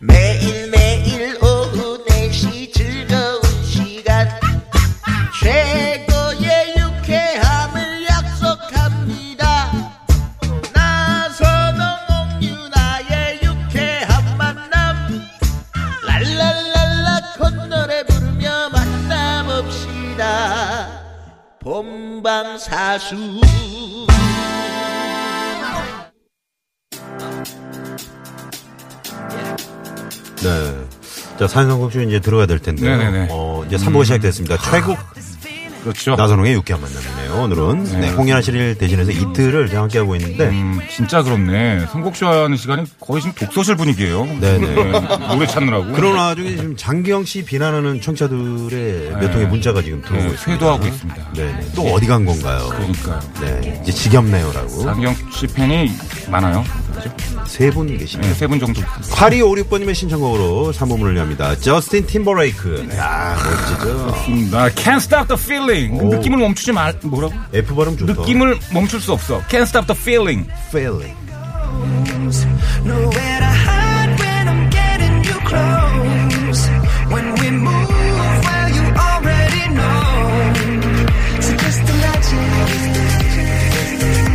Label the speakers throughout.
Speaker 1: 매일매일 오후 4시 즐거운 시간 최고의 유쾌함을 약속합니다 나선홍 옥유나의 유쾌한 만남 랄랄랄라 콧노래 부르며 만남없시다 본방사수
Speaker 2: 네. 자, 산성국 씨 이제 들어가야 될 텐데.
Speaker 3: 네네네. 음.
Speaker 2: 어, 이제 3부가 시작됐습니다. 최고
Speaker 3: 그렇죠.
Speaker 2: 나선홍의 유쾌한 만남이네요, 오늘은. 네. 홍연아 씨를 대신해서 이틀을 제가 함께하고 있는데.
Speaker 3: 음, 진짜 그렇네. 선곡쇼 하는 시간이 거의 지금 독서실 분위기예요.
Speaker 2: 네네.
Speaker 3: 노래 찾느라고.
Speaker 2: 그런 와중에 지금 장기영 씨 비난하는 청자들의 몇 통의 문자가 지금 들어오고
Speaker 3: 네,
Speaker 2: 있습니다.
Speaker 3: 쇄도하고 있습니다. 예.
Speaker 2: 네네. 또 어디 간 건가요?
Speaker 3: 그러니까요.
Speaker 2: 네. 이제 지겹네요라고.
Speaker 3: 장경 씨 팬이 많아요.
Speaker 2: 세 분 계시네요.
Speaker 3: 네, 세분 정도.
Speaker 2: 8256번님의 신청곡으로 3부문을 엽니다. 저스틴 팀버레이크.
Speaker 3: 네.
Speaker 2: 야 멋지죠?
Speaker 3: 음, 나 can't stop the feeling. 그 느낌을 멈추지 말. 뭐라고?
Speaker 2: F 발음 좋다.
Speaker 3: 느낌을 멈출 수 없어. can't stop the feeling.
Speaker 2: failing.
Speaker 4: Nowhere to hide when I'm getting you close. When we move, well, you already know. So just imagine. Nothing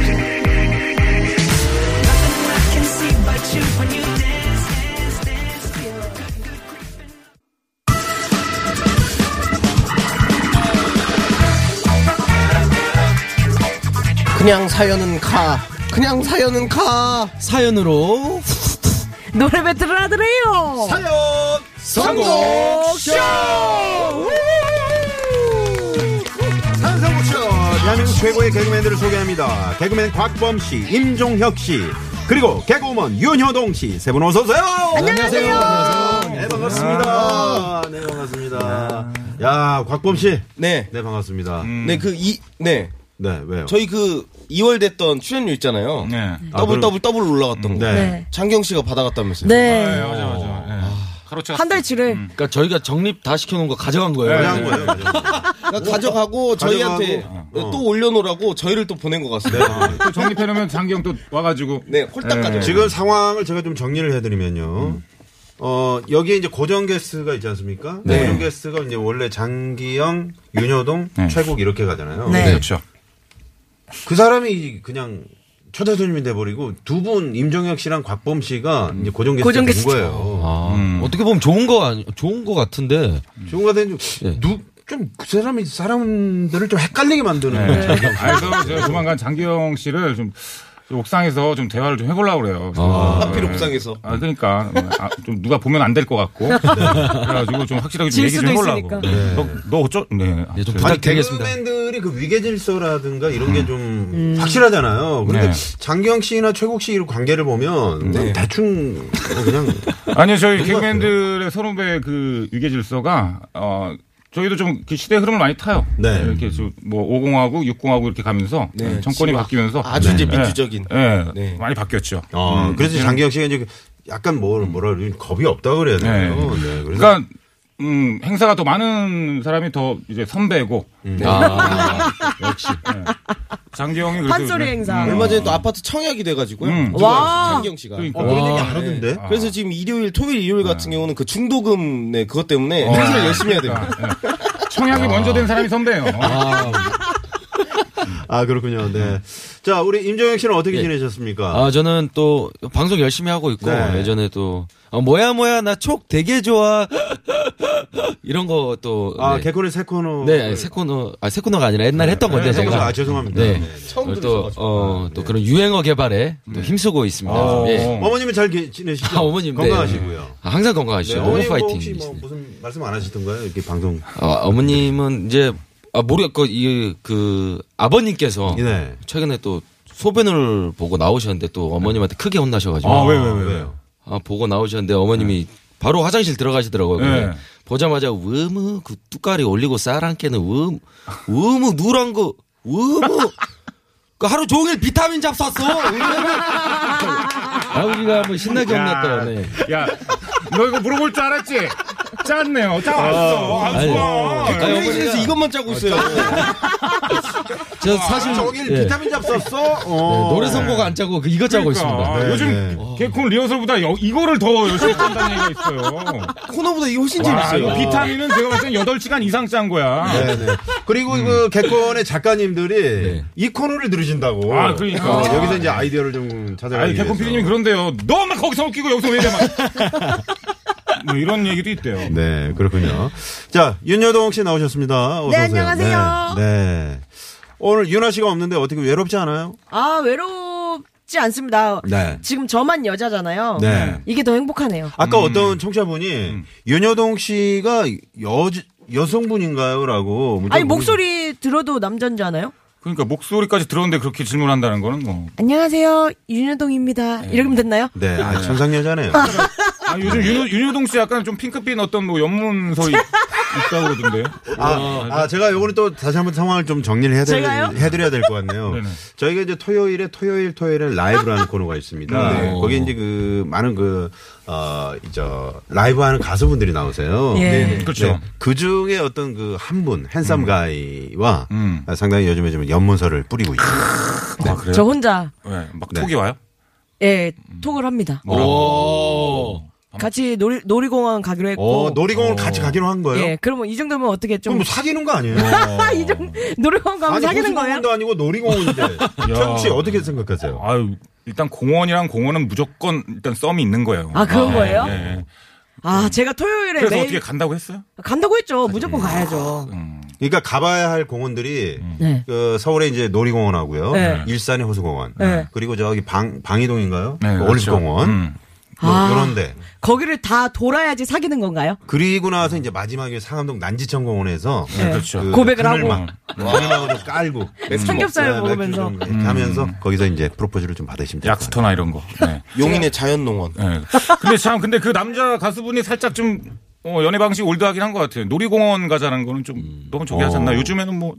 Speaker 4: I can see but you when you dance, dance, dance. feel good, good, creeping.
Speaker 5: 그냥 사연은 가. 그냥 사연은 가. 사연으로
Speaker 6: 노래 배틀을 하더래요.
Speaker 2: 사연 선곡쇼 산성곡쇼 대한민국 최고의 개그맨들을 소개합니다 개그맨 곽범씨 임종혁씨 그리고 개그우먼 윤효동씨 세 분 어서오세요 안녕하세요 네 반갑습니다 네 반갑습니다 야 곽범씨
Speaker 5: 네.
Speaker 2: 네 반갑습니다
Speaker 1: 음.
Speaker 5: 네, 그 이 네.
Speaker 2: 네 왜요
Speaker 5: 저희 그 2월 됐던 출연료 있잖아요.
Speaker 3: 네.
Speaker 5: 더블 더블 더블 올라갔던 거.
Speaker 2: 네.
Speaker 6: 네.
Speaker 5: 장경 씨가 받아갔다면서요.
Speaker 6: 네.
Speaker 3: 맞아 맞아. 네. 가로채.
Speaker 6: 한 달치를
Speaker 7: 그러니까 저희가 정립 다 시켜놓은 거 가져간 거예요.
Speaker 2: 그냥 한 거예요 그냥.
Speaker 5: 그러니까 가져가고 저희한테
Speaker 2: 가져가고, 어.
Speaker 5: 또 올려놓으라고 저희를 또 보낸 것
Speaker 2: 네,
Speaker 3: 또
Speaker 5: 같습니다.
Speaker 3: 그 정립해놓으면 장경 또 와가지고.
Speaker 5: 네, 홀딱
Speaker 3: 네.
Speaker 5: 가져.
Speaker 2: 지금 상황을 제가 좀 정리를 해드리면요. 어, 여기에 이제 고정 게스트가 있지 않습니까?
Speaker 5: 네.
Speaker 2: 고정 게스트가 이제 원래 장기영, 윤여동,
Speaker 3: 네.
Speaker 2: 최국 이렇게 가잖아요.
Speaker 6: 네.
Speaker 3: 그렇죠.
Speaker 2: 그 사람이 그냥 초대 손님이 돼버리고 두 분 임종혁 씨랑 곽범 씨가 이제 고정 게스트가
Speaker 6: 고정
Speaker 2: 된
Speaker 6: 게스트.
Speaker 2: 거예요.
Speaker 7: 아, 어떻게 보면 좋은 거 아니, 좋은 거 같은데.
Speaker 2: 지금 같은
Speaker 7: 예.
Speaker 2: 좀그 사람이 사람들을 좀 헷갈리게 만드는
Speaker 3: 네.
Speaker 2: 거죠.
Speaker 3: 그래서 제가 조만간 장기영 씨를 좀, 좀 옥상에서 좀 대화를 좀 해보려고 그래요. 아,
Speaker 5: 하필 옥상에서.
Speaker 3: 아, 그러니까. 아, 좀 누가 보면 안 될 것 같고. 그래가지고 좀 확실하게 좀
Speaker 6: 네. 질
Speaker 3: 얘기 좀
Speaker 6: 수도
Speaker 3: 해보려고.
Speaker 6: 있으니까. 네.
Speaker 3: 너, 너 어쩌, 네.
Speaker 7: 예,
Speaker 3: 저-
Speaker 7: 좀 부탁-
Speaker 2: 아니
Speaker 7: 부탁드리겠습니다.
Speaker 2: 개그맨들이 그 위계 질서라든가 이런 게 좀 확실하잖아요. 그런데
Speaker 3: 네.
Speaker 2: 장기영 씨나 최국 씨 관계를 보면 대충 뭐 그냥
Speaker 3: 아니요, 저희 개그맨들의 서른배 그 유계질서가, 어, 저희도 좀그 시대 흐름을 많이 타요.
Speaker 2: 네.
Speaker 3: 이렇게 좀 뭐 50하고 60하고 이렇게 가면서
Speaker 5: 네,
Speaker 3: 정권이
Speaker 5: 지금
Speaker 3: 바뀌면서
Speaker 5: 아주 이제 민주적인.
Speaker 3: 예,
Speaker 5: 네.
Speaker 3: 많이 바뀌었죠.
Speaker 6: 아,
Speaker 2: 어, 그래서 장기혁 씨가 이제 약간 뭘 뭐라 그래 겁이 없다 그래야 되나요?
Speaker 3: 네.
Speaker 2: 네. 그래서
Speaker 3: 그러니까 음, 행사가 더 많은 사람이 더 이제 선배고
Speaker 2: 네.
Speaker 7: 아, 역시.
Speaker 3: 장기영이 그래도
Speaker 6: 판소리
Speaker 3: 요즘에-
Speaker 6: 행사.
Speaker 5: 얼마 전에 또 아파트 청약이 돼가지고요.
Speaker 3: 음.
Speaker 6: 와.
Speaker 5: 장경 씨가.
Speaker 3: 그러니까.
Speaker 2: 어, 그런 얘기
Speaker 7: 와,
Speaker 2: 안 하던데.
Speaker 3: 아.
Speaker 5: 그래서 지금 일요일, 토요일, 일요일 같은 경우는 그 중도금 네 그것 때문에
Speaker 3: 어.
Speaker 5: 행사를 열심히 해야 됩니다. 아,
Speaker 3: 예. 청약이 먼저 된 사람이 선배예요.
Speaker 2: 아 그렇군요. 네. 자 우리 임정혁 씨는 어떻게 지내셨습니까?
Speaker 7: 아, 저는 또 방송 열심히 하고 있고
Speaker 2: 네.
Speaker 7: 예전에 또 아, 뭐야 뭐야 나 촉 되게 좋아 이런 거 또.
Speaker 2: 아,
Speaker 7: 네.
Speaker 2: 개콘의 새 코너.
Speaker 7: 네, 아니, 세 코너, 아, 세 코너가 아니라 옛날 에 했던 건데,
Speaker 2: 새 코너.
Speaker 7: 제가.
Speaker 2: 아 죄송합니다. 네.
Speaker 7: 네. 또, 어, 또 그런 유행어 개발에 또 힘쓰고
Speaker 5: 아,
Speaker 7: 있습니다.
Speaker 3: 어.
Speaker 7: 예.
Speaker 2: 어머님은 잘 게- 지내시죠?
Speaker 7: 아, 어머님, 네.
Speaker 2: 건강하시고요.
Speaker 7: 아, 항상 건강하시죠. 너무
Speaker 2: 어머님 뭐
Speaker 7: 파이팅.
Speaker 2: 혹시 뭐 무슨 말씀 안 하시던가요? 이렇게 방송.
Speaker 7: 어, 어머님은 이제, 아, 모르겠고, 이, 그, 아버님께서.
Speaker 2: 네.
Speaker 7: 최근에 또 소변을 보고 나오셨는데 또 어머님한테 크게 혼나셔가지고
Speaker 3: 아, 왜, 왜, 왜,
Speaker 2: 왜요?
Speaker 7: 아, 보고 나오셨는데 어머님이 바로 화장실 들어가시더라고요. 근데
Speaker 3: 네.
Speaker 7: 보자마자 으무 그 뚜까리 올리고 쌀한께는 으무 으무 누런 거 으무 그 하루 종일 비타민 잡쌌어. 아버지가 뭐 신나게 혼났더라. 네.
Speaker 3: 야, 너 이거 물어볼 줄 알았지? 짰네요. 짜왔어. 아, 좋아.
Speaker 7: 아니,
Speaker 5: 회의실에서 이것만 짜고 있어요.
Speaker 7: 저
Speaker 3: 아,
Speaker 7: 사실
Speaker 2: 종일
Speaker 7: 예.
Speaker 2: 비타민 잡 썼어?
Speaker 7: 네,
Speaker 2: 어.
Speaker 7: 노래 선곡 안 짜고 그 이거 짜고 있습니다.
Speaker 2: 네,
Speaker 3: 그러니까. 요즘 개콘 리허설보다 여- 이거를 더 열심히 짠다는 얘기가 있어요.
Speaker 5: 코너보다 이게 훨씬
Speaker 3: 와,
Speaker 5: 재밌어요.
Speaker 3: 이거 비타민은 제가 봤을 땐 8시간 이상 짠 거야.
Speaker 2: 네네. 그리고 그 개콘의 작가님들이
Speaker 7: 음. 네.
Speaker 2: 이 코너를 들으신다고.
Speaker 3: 아, 그러니까.
Speaker 2: 어, 여기서 이제 아이디어를 좀 찾아가기
Speaker 3: 아니, 개콘
Speaker 2: 위해서.
Speaker 3: PD님 그런데요. 너만 거기서 웃기고 여기서 왜 이래, 막. 뭐 이런 얘기도 있대요.
Speaker 2: 네, 그렇군요. 자, 윤여동 씨 나오셨습니다. 어서
Speaker 6: 네,
Speaker 2: 오세요.
Speaker 6: 안녕하세요.
Speaker 2: 네. 네. 오늘 윤아 씨가 없는데 어떻게 외롭지 않아요?
Speaker 6: 아 외롭지 않습니다.
Speaker 2: 네.
Speaker 6: 지금 저만 여자잖아요.
Speaker 2: 네.
Speaker 6: 이게 더 행복하네요.
Speaker 2: 아까 어떤 청취자분이 윤여동 씨가 여 여성분인가요라고 문자
Speaker 6: 아니
Speaker 2: 보내-
Speaker 6: 목소리 들어도 남잔지 않아요?
Speaker 3: 그러니까 목소리까지 들었는데 그렇게 질문한다는 거는 뭐.
Speaker 6: 안녕하세요 윤여동입니다. 이러면 됐나요?
Speaker 2: 네, 아, 천상 여자네요.
Speaker 3: 아, 요즘 윤, 윤효동 씨 약간 좀 핑크빛 어떤 뭐 연문서 이- 있다고 그러던데요. 어,
Speaker 2: 아, 아, 제가 요거는 또 다시 한번 상황을 좀 정리를 해야 될,
Speaker 6: 제가요?
Speaker 2: 해드려야 될 것 같네요.
Speaker 3: 네네.
Speaker 2: 저희가 이제 토요일에 토요일 토요일에 라이브라는 코너가 있습니다. 거기 이제 그 많은 그, 어, 이저 라이브 하는 가수분들이 나오세요.
Speaker 6: 예. 네네.
Speaker 3: 그렇죠.
Speaker 2: 그 중에 어떤 그 한 분, 핸섬 가이와
Speaker 3: 음.
Speaker 2: 상당히 요즘에 좀 연문서를 뿌리고 있어요.
Speaker 3: 아, 그래요?
Speaker 6: 저 혼자
Speaker 3: 네, 막
Speaker 2: 네.
Speaker 3: 톡이 와요?
Speaker 6: 예
Speaker 2: 음.
Speaker 6: 톡을 합니다.
Speaker 2: 어,
Speaker 3: 어.
Speaker 7: 오.
Speaker 6: 같이 놀이 놀이공원 가기로 했고.
Speaker 2: 어, 놀이공원 같이 가기로 한 거예요?
Speaker 6: 예 그러면 이 정도면 어떻게
Speaker 2: 그럼
Speaker 6: 좀
Speaker 2: 뭐 사귀는 거 아니에요?
Speaker 6: 이 정도 놀이공원 가면
Speaker 2: 아니,
Speaker 6: 사귀는 거예요?
Speaker 2: 호수공원도 아니고 놀이공원인데. 정치 어떻게 생각하세요?
Speaker 3: 아유, 일단 공원이랑 공원은 무조건 일단 썸이 있는 거예요.
Speaker 6: 아 그런 거예요?
Speaker 3: 예, 예.
Speaker 6: 아 제가 토요일에
Speaker 3: 그래서
Speaker 6: 매일
Speaker 3: 어떻게 간다고 했어요?
Speaker 6: 간다고 했죠. 무조건 가야죠.
Speaker 2: 그러니까 가봐야 할 공원들이
Speaker 6: 네.
Speaker 2: 그 서울에 이제 놀이공원하고요,
Speaker 6: 네.
Speaker 2: 일산의 호수공원,
Speaker 6: 네.
Speaker 2: 그리고 저기 방 방이동인가요?
Speaker 3: 네,
Speaker 2: 그
Speaker 3: 그렇죠.
Speaker 2: 올림픽공원
Speaker 3: 음.
Speaker 2: 뭐
Speaker 6: 아.
Speaker 2: 이런데
Speaker 6: 거기를 다 돌아야지 사귀는 건가요?
Speaker 2: 그리고 나서 이제 마지막에 상암동 난지천공원에서
Speaker 6: 네.
Speaker 3: 그렇죠.
Speaker 6: 고백을 하고.
Speaker 2: 그늘망, 그늘망으로 깔고
Speaker 6: 삼겹살
Speaker 2: 네,
Speaker 6: 먹으면서. 음.
Speaker 2: 맥주 좀 이렇게 하면서 거기서 이제 프로포즈를 좀 받으시면 될것 같아요.
Speaker 3: 약스터나 이런 거. 네.
Speaker 5: 용인의 자연농원.
Speaker 3: 네. 근데 참, 근데 그 남자 가수분이 살짝 좀, 어, 연애 방식 올드하긴 한 것 같아요. 놀이공원 가자는 거는 좀 너무 저기 하지 않나. 요즘에는 뭐,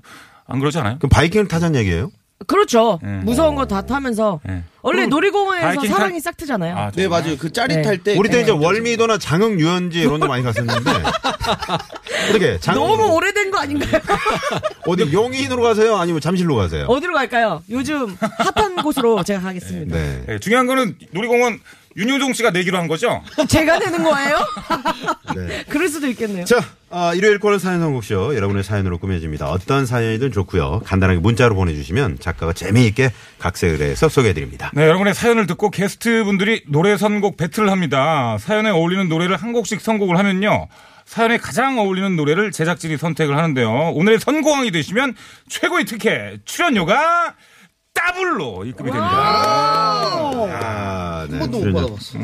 Speaker 3: 안 그러지 않아요?
Speaker 2: 그럼 바이킹을 타자는 얘기예요? 어. 예.
Speaker 6: 그렇죠. 무서운 거 다 타면서
Speaker 3: 네.
Speaker 6: 원래 놀이공원에서
Speaker 3: 바이킹 탈-
Speaker 6: 사랑이 싹 트잖아요.
Speaker 3: 아,
Speaker 5: 네,
Speaker 3: 정말?
Speaker 5: 맞아요. 그 짜릿할 때.
Speaker 2: 우리 때 이제 월미도나 장흥 유원지 이런 데 많이 갔었는데 어떻게 장흥
Speaker 6: 너무 오래된 거 아닌가요?
Speaker 2: 음, 어디 용인으로 가세요? 아니면 잠실로 가세요?
Speaker 6: 어디로 갈까요? 요즘 핫한 곳으로 제가 가겠습니다.
Speaker 2: 네.
Speaker 3: 네, 중요한 거는 놀이공원 윤효동 씨가 내기로 한 거죠?
Speaker 6: 제가 되는 거예요?
Speaker 2: 네.
Speaker 6: 그럴 수도 있겠네요.
Speaker 2: 자, 아, 일요일 코너 사연 선곡쇼 여러분의 사연으로 꾸며집니다. 어떤 사연이든 좋고요. 간단하게 문자로 보내주시면 작가가 재미있게 각색을 해서 소개해드립니다.
Speaker 3: 네, 여러분의 사연을 듣고 게스트 분들이 노래 선곡 배틀을 합니다. 사연에 어울리는 노래를 한 곡씩 선곡을 하면요. 사연에 가장 어울리는 노래를 제작진이 선택을 하는데요. 오늘의 선고왕이 되시면 최고의 특혜 출연료가 더블로 입금이 됩니다.
Speaker 2: 아, 네.
Speaker 5: 한 번도 못
Speaker 2: 출연료.
Speaker 5: 받아봤어.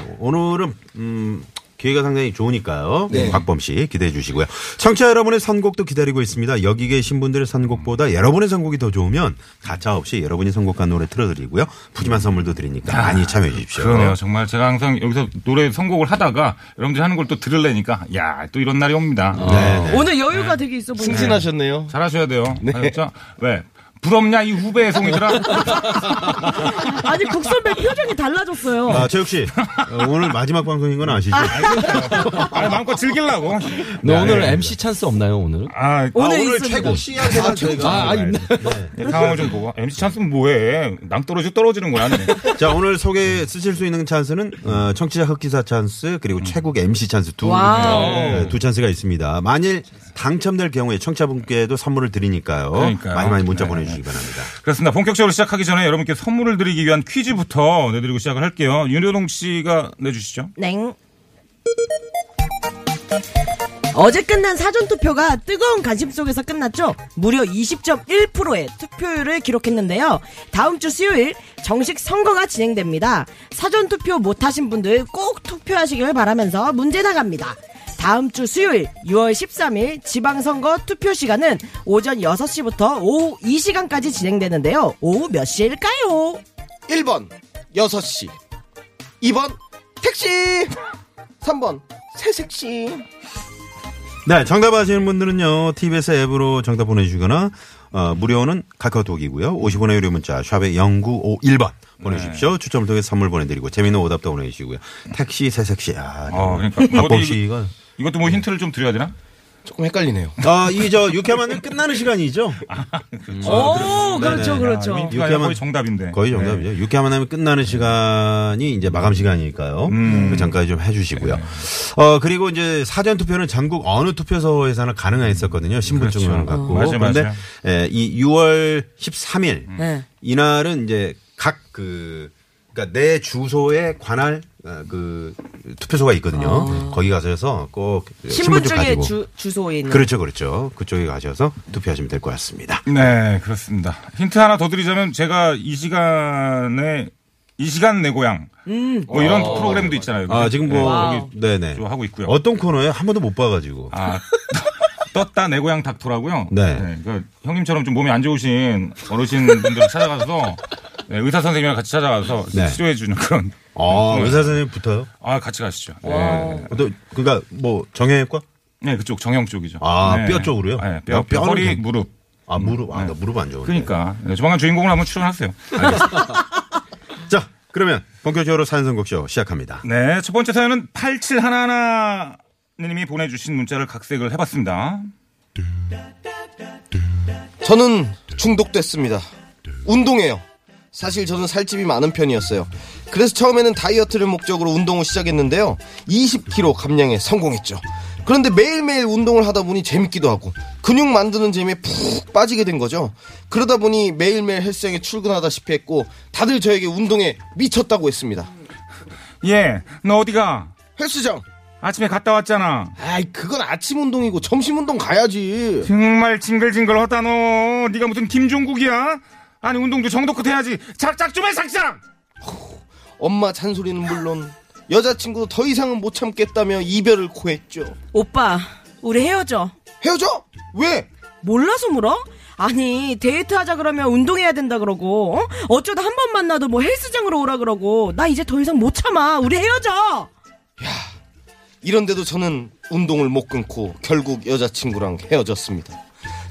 Speaker 3: 음,
Speaker 2: 오늘은 음, 기회가 상당히 좋으니까요. 곽범 씨 기대해 주시고요. 청취자 여러분의 선곡도 기다리고 있습니다. 여기 계신 분들의 선곡보다 여러분의 선곡이 더 좋으면 가차 없이 여러분이 선곡한 노래 틀어드리고요. 푸짐한 선물도 드리니까 많이 참여해 주십시오.
Speaker 3: 아, 그러네요. 정말 제가 항상 여기서 노래 선곡을 하다가 여러분들이 하는 걸 또 들으려니까 야, 또 이런 날이 옵니다.
Speaker 2: 네, 네.
Speaker 6: 오늘 여유가 되게 있어 보이네요.
Speaker 5: 승진하셨네요.
Speaker 3: 잘하셔야 돼요. 알겠죠? 왜? 부럽냐 이 후배의 송이들아?
Speaker 6: 아니 국선배 표정이 달라졌어요.
Speaker 2: 아, 최욱 씨, 어, 오늘 마지막 방송인 건 아시죠?
Speaker 3: 아, 마음껏 즐기려고.
Speaker 7: 네, 오늘 MC 찬스 없나요 오늘?
Speaker 3: 아,
Speaker 6: 오늘
Speaker 2: 오늘
Speaker 6: 있습니다.
Speaker 2: 최고 씨한테만 저희가
Speaker 7: 아, 아 있나?
Speaker 3: 네, 상황을 좀 보고. MC 찬스는 뭐해? 낭 떨어져 떨어지는 거야.
Speaker 2: 자 오늘 소개 쓰실 수 있는 찬스는
Speaker 3: 음.
Speaker 2: 어, 청취자 흑기사 찬스 그리고 최국 MC 찬스 두,
Speaker 6: 와우.
Speaker 2: 네, 두 찬스가 있습니다. 만일 당첨될 경우에 청취자분께도 선물을 드리니까요.
Speaker 3: 그러니까요.
Speaker 2: 많이 많이 문자
Speaker 3: 네,
Speaker 2: 보내주시기 바랍니다.
Speaker 3: 그렇습니다. 본격적으로 시작하기 전에 여러분께 선물을 드리기 위한 퀴즈부터 내드리고 시작을 할게요. 윤효동 씨가 내주시죠.
Speaker 6: 냉. 어제 끝난 사전투표가 뜨거운 관심 속에서 끝났죠. 무려 20.1%의 투표율을 기록했는데요. 다음 주 수요일 정식 선거가 진행됩니다. 사전투표 못하신 분들 꼭 투표하시길 바라면서 문제 나갑니다. 다음 주 수요일 6월 13일 지방선거 투표 시간은 오전 6시부터 오후 2시간까지 진행되는데요. 오후 몇 시일까요?
Speaker 5: 1번, 6시. 2번, 택시. 3번, 새색시.
Speaker 2: 네 정답 아시는 분들은요. TBS 앱으로 정답 보내주거나 어, 무료는 카카오톡이고요. 50원의 유료 문자 샵에 0951번
Speaker 3: 네.
Speaker 2: 보내주십시오. 추첨을 통해 선물 보내드리고 재미있는 오답도 보내주시고요. 택시 새색시 아,
Speaker 3: 어, 그러니까.
Speaker 2: 박범
Speaker 3: 어디
Speaker 2: 씨가
Speaker 3: 네. 이것도 뭐 힌트를 좀 드려야 되나?
Speaker 5: 조금 헷갈리네요.
Speaker 2: 아, 이 저 유쾌만은 끝나는 시간이죠.
Speaker 6: 오, 그렇죠,
Speaker 2: 네네.
Speaker 6: 그렇죠.
Speaker 3: 아, 이거
Speaker 2: 유쾌한-
Speaker 3: 거의 정답인데.
Speaker 2: 거의 정답이죠. 유쾌만 하면 끝나는 시간이 이제 마감 시간이니까요.
Speaker 3: 음.
Speaker 2: 그 잠깐 좀 해주시고요.
Speaker 3: 네.
Speaker 2: 어 그리고 이제 사전 투표는 전국 어느 투표소에서나 가능했었거든요. 신분증을 갖고.
Speaker 3: 그렇죠. 어. 맞아요,
Speaker 2: 그런데
Speaker 3: 맞아요. 음.
Speaker 2: 예, 이 6월 13일
Speaker 6: 네.
Speaker 2: 이날은 이제 각 그 그러니까 내 주소에 관할 어, 그 투표소가 있거든요.
Speaker 3: 어.
Speaker 2: 네. 거기 가셔서 꼭 신분증
Speaker 6: 신분증의
Speaker 2: 가지고.
Speaker 6: 주, 주소에 있는.
Speaker 2: 그렇죠, 그렇죠. 그쪽에 가셔서 투표하시면 될 것 같습니다.
Speaker 3: 네, 그렇습니다. 힌트 하나 더 드리자면 제가 이 시간에 이 시간 내 고향 뭐 이런 프로그램도 있잖아요.
Speaker 2: 아 지금 뭐
Speaker 3: 네,
Speaker 2: 여기 네네
Speaker 3: 좀 하고 있고요.
Speaker 2: 어떤 코너에 한 번도 못 봐가지고
Speaker 3: 아, 떴다 내 고향 닥터라고요.
Speaker 2: 네.
Speaker 3: 그 형님처럼 좀 몸이 안 좋으신 어르신 분들 찾아가서 네, 의사 선생님이랑 같이 찾아가서
Speaker 2: 네.
Speaker 3: 치료해 주는 그런.
Speaker 2: 아,
Speaker 3: 네.
Speaker 2: 의사 선생님 붙어요.
Speaker 3: 아, 같이 가시죠. 네.
Speaker 2: 또 그러니까 뭐 정형외과?
Speaker 3: 네, 그쪽 정형 쪽이죠.
Speaker 2: 아,
Speaker 3: 네.
Speaker 2: 뼈 쪽으로요?
Speaker 3: 네, 뼈,
Speaker 2: 아, 뼈는
Speaker 3: 허리,
Speaker 2: 괜찮-
Speaker 3: 무릎.
Speaker 2: 아 무릎 아나 무릎 안 좋은데.
Speaker 3: 네. 그러니까 네, 조만간 주인공을 한번 출연하세요.
Speaker 2: 자 그러면 본격적으로 사연선곡쇼 시작합니다.
Speaker 3: 네, 첫 번째 사연은 8711님이 보내주신 문자를 각색을 해봤습니다.
Speaker 5: 저는 중독됐습니다. 운동해요. 사실 저는 살집이 많은 편이었어요. 그래서 처음에는 다이어트를 목적으로 운동을 시작했는데요. 20kg 감량에 성공했죠. 그런데 매일매일 운동을 하다 보니 재밌기도 하고 근육 만드는 재미에 푹 빠지게 된 거죠. 그러다 보니 매일매일 헬스장에 출근하다시피 했고 다들 저에게 운동에 미쳤다고 했습니다.
Speaker 3: 예, 너 어디가?
Speaker 5: 헬스장!
Speaker 3: 아침에 갔다 왔잖아.
Speaker 5: 아이 그건 아침 운동이고 점심 운동 가야지.
Speaker 3: 정말 징글징글 하다 너. 네가 무슨 김종국이야? 아니 운동도 정도껏 해야지. 작작 좀 해, 작작.
Speaker 5: 엄마 잔소리는 물론 여자친구도 더 이상은 못 참겠다며 이별을 고했죠.
Speaker 6: 오빠, 우리 헤어져.
Speaker 5: 헤어져? 왜?
Speaker 6: 몰라서 물어? 아니 데이트하자 그러면 운동해야 된다 그러고 어? 어쩌다 한 번 만나도 뭐 헬스장으로 오라 그러고 나 이제 더 이상 못 참아 우리 헤어져
Speaker 5: 이런데도 저는 운동을 못 끊고 결국 여자친구랑 헤어졌습니다.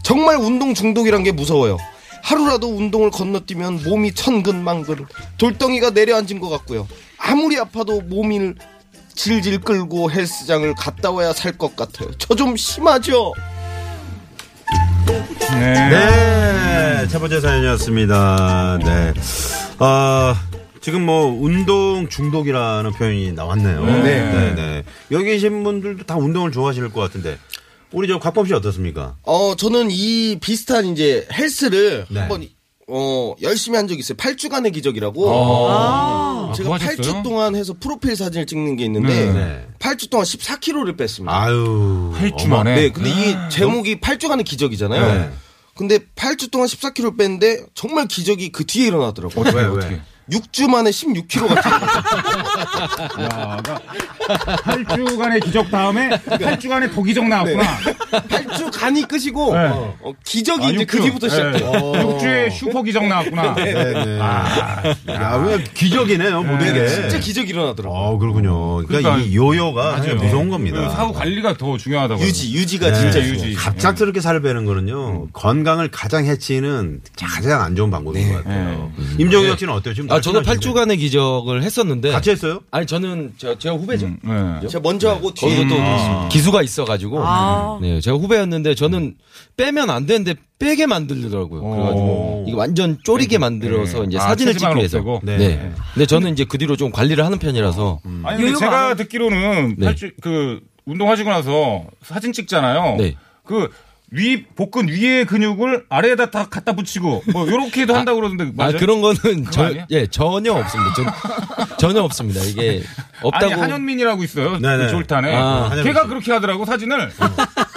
Speaker 5: 정말 운동 중독이란 게 무서워요. 하루라도 운동을 건너뛰면 몸이 천근만근 돌덩이가 내려앉은 것 같고요. 아무리 아파도 몸을 질질 끌고 헬스장을 갔다 와야 살 것 같아요. 저 좀 심하죠?
Speaker 3: 네.
Speaker 2: 네, 첫 번째 사연이었습니다. 네. 아, 지금 뭐 운동 중독이라는 표현이 나왔네요. 네. 네, 여기 계신 분들도 다 운동을 좋아하실 것 같은데 우리 저 곽범 씨 어떻습니까?
Speaker 5: 어, 저는 이 비슷한 이제 헬스를
Speaker 2: 네.
Speaker 5: 한번 어, 열심히 한 적이 있어요. 8주간의 기적이라고.
Speaker 3: 아,
Speaker 5: 제가
Speaker 3: 그거 하셨어요?
Speaker 5: 8주 동안 해서 프로필 사진을 찍는 게 있는데
Speaker 2: 네.
Speaker 5: 8주 동안 14kg를 뺐습니다.
Speaker 2: 아유,
Speaker 3: 팔주
Speaker 2: 어머,
Speaker 3: 만에?
Speaker 5: 네, 근데 이 제목이 8주간의 기적이잖아요.
Speaker 2: 네.
Speaker 5: 근데 8주 동안 14kg를 뺐는데 정말 기적이 그 뒤에 일어나더라고요.
Speaker 2: 왜, 왜?
Speaker 3: 어떻게?
Speaker 5: 6주 만에 16kg가 쪄요.
Speaker 3: 8주간의 기적 다음에 8주간의 도기적 나왔구나.
Speaker 5: 8주 간이 끝이고
Speaker 3: 네.
Speaker 5: 어, 네. 기적이 이제 그 뒤부터 시작돼요.
Speaker 3: 6주에 네. 슈퍼 기적 나왔구나.
Speaker 2: 네, 네. 야, 왜 기적이네요, 모든 게.
Speaker 5: 아, 진짜 기적이 일어나더라고요.
Speaker 2: 아, 그렇군요. 그러니까,
Speaker 3: 그러니까
Speaker 2: 이 요요가 무서운 겁니다. 네.
Speaker 3: 그 사후 관리가 더 중요하다고.
Speaker 5: 유지, 유지가 진짜 유지.
Speaker 2: 갑작스럽게 살을 빼는 거는요 건강을 가장 해치는 가장 안 좋은 방법인
Speaker 5: 네.
Speaker 2: 것 같아요. 음. 임정혁 씨는 어때요? 지금
Speaker 7: 아, 저도
Speaker 2: 날씬하신데.
Speaker 7: 8주간의 기적을 했었는데.
Speaker 2: 같이 했어요?
Speaker 7: 아니, 저는 제, 제가 후배죠.
Speaker 3: 네.
Speaker 5: 음. 제가 먼저 하고 뒤에
Speaker 7: 거기서 또
Speaker 3: 아.
Speaker 7: 기수가 있어가지고.
Speaker 6: 아.
Speaker 7: 네, 제가 후배였는데 저는 빼면 안 되는데 빼게 만들더라고요. 그래가지고 이게 완전 쪼리게 만들어서 이제
Speaker 3: 아,
Speaker 7: 사진을 찍기
Speaker 3: 체지방을
Speaker 7: 위해서.
Speaker 3: 없애고?
Speaker 7: 네.
Speaker 2: 네.
Speaker 7: 근데 저는 이제 그 뒤로 좀 관리를 하는 편이라서.
Speaker 3: 아니 음. 근데
Speaker 6: 여유가
Speaker 3: 제가 듣기로는
Speaker 7: 네.
Speaker 3: 팔찌- 그 운동하시고 나서 사진 찍잖아요.
Speaker 7: 네.
Speaker 3: 그 위 복근 위에 근육을 아래에다 다 갖다 붙이고 뭐 요렇게도 한다고 그러던데 맞아요?
Speaker 7: 아, 그런 거는 저,
Speaker 3: 아니에요?
Speaker 7: 예, 전혀 없습니다. 전, 전혀 없습니다. 이게
Speaker 3: 아니
Speaker 7: 없다고.
Speaker 3: 한현민이라고 있어요.
Speaker 2: 네네.
Speaker 3: 그 졸탄에
Speaker 7: 아,
Speaker 2: 한현민
Speaker 3: 걔가
Speaker 2: 씨. 어.
Speaker 3: 그렇게 하더라고 사진을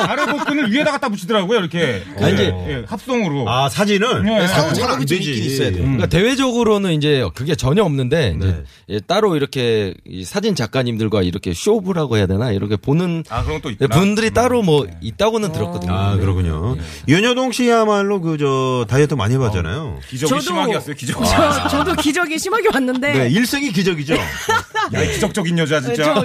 Speaker 3: 아래 복근을 위에다 갖다 붙이더라고요 이렇게
Speaker 7: 아, 이제-
Speaker 3: 예, 합성으로.
Speaker 2: 아 사진을
Speaker 3: 예.
Speaker 5: 상호
Speaker 2: 그건
Speaker 5: 작업이
Speaker 2: 안
Speaker 5: 좀
Speaker 2: 되지.
Speaker 5: 네. 있긴 있어야 돼요.
Speaker 7: 그러니까 대외적으로는 이제 그게 전혀 없는데 이제
Speaker 2: 음. 네.
Speaker 7: 예, 따로 이렇게 이 사진 작가님들과 이렇게 쇼부라고 해야 되나 이렇게 보는
Speaker 3: 아, 그런 것도
Speaker 7: 예,
Speaker 3: 있구나.
Speaker 7: 분들이 따로 뭐 있다고는 들었거든요.
Speaker 2: 음. 아
Speaker 5: 네.
Speaker 2: 그렇군요. 윤여동 씨야말로 그 저 다이어트 많이 해봤잖아요.
Speaker 3: 기적이 심하게 왔어요. 기적.
Speaker 6: 저, 저도 기적이 심하게 왔는데
Speaker 2: 네 일생이 기적이죠.
Speaker 3: 야, 이 기적적인 여자 진짜.
Speaker 6: 저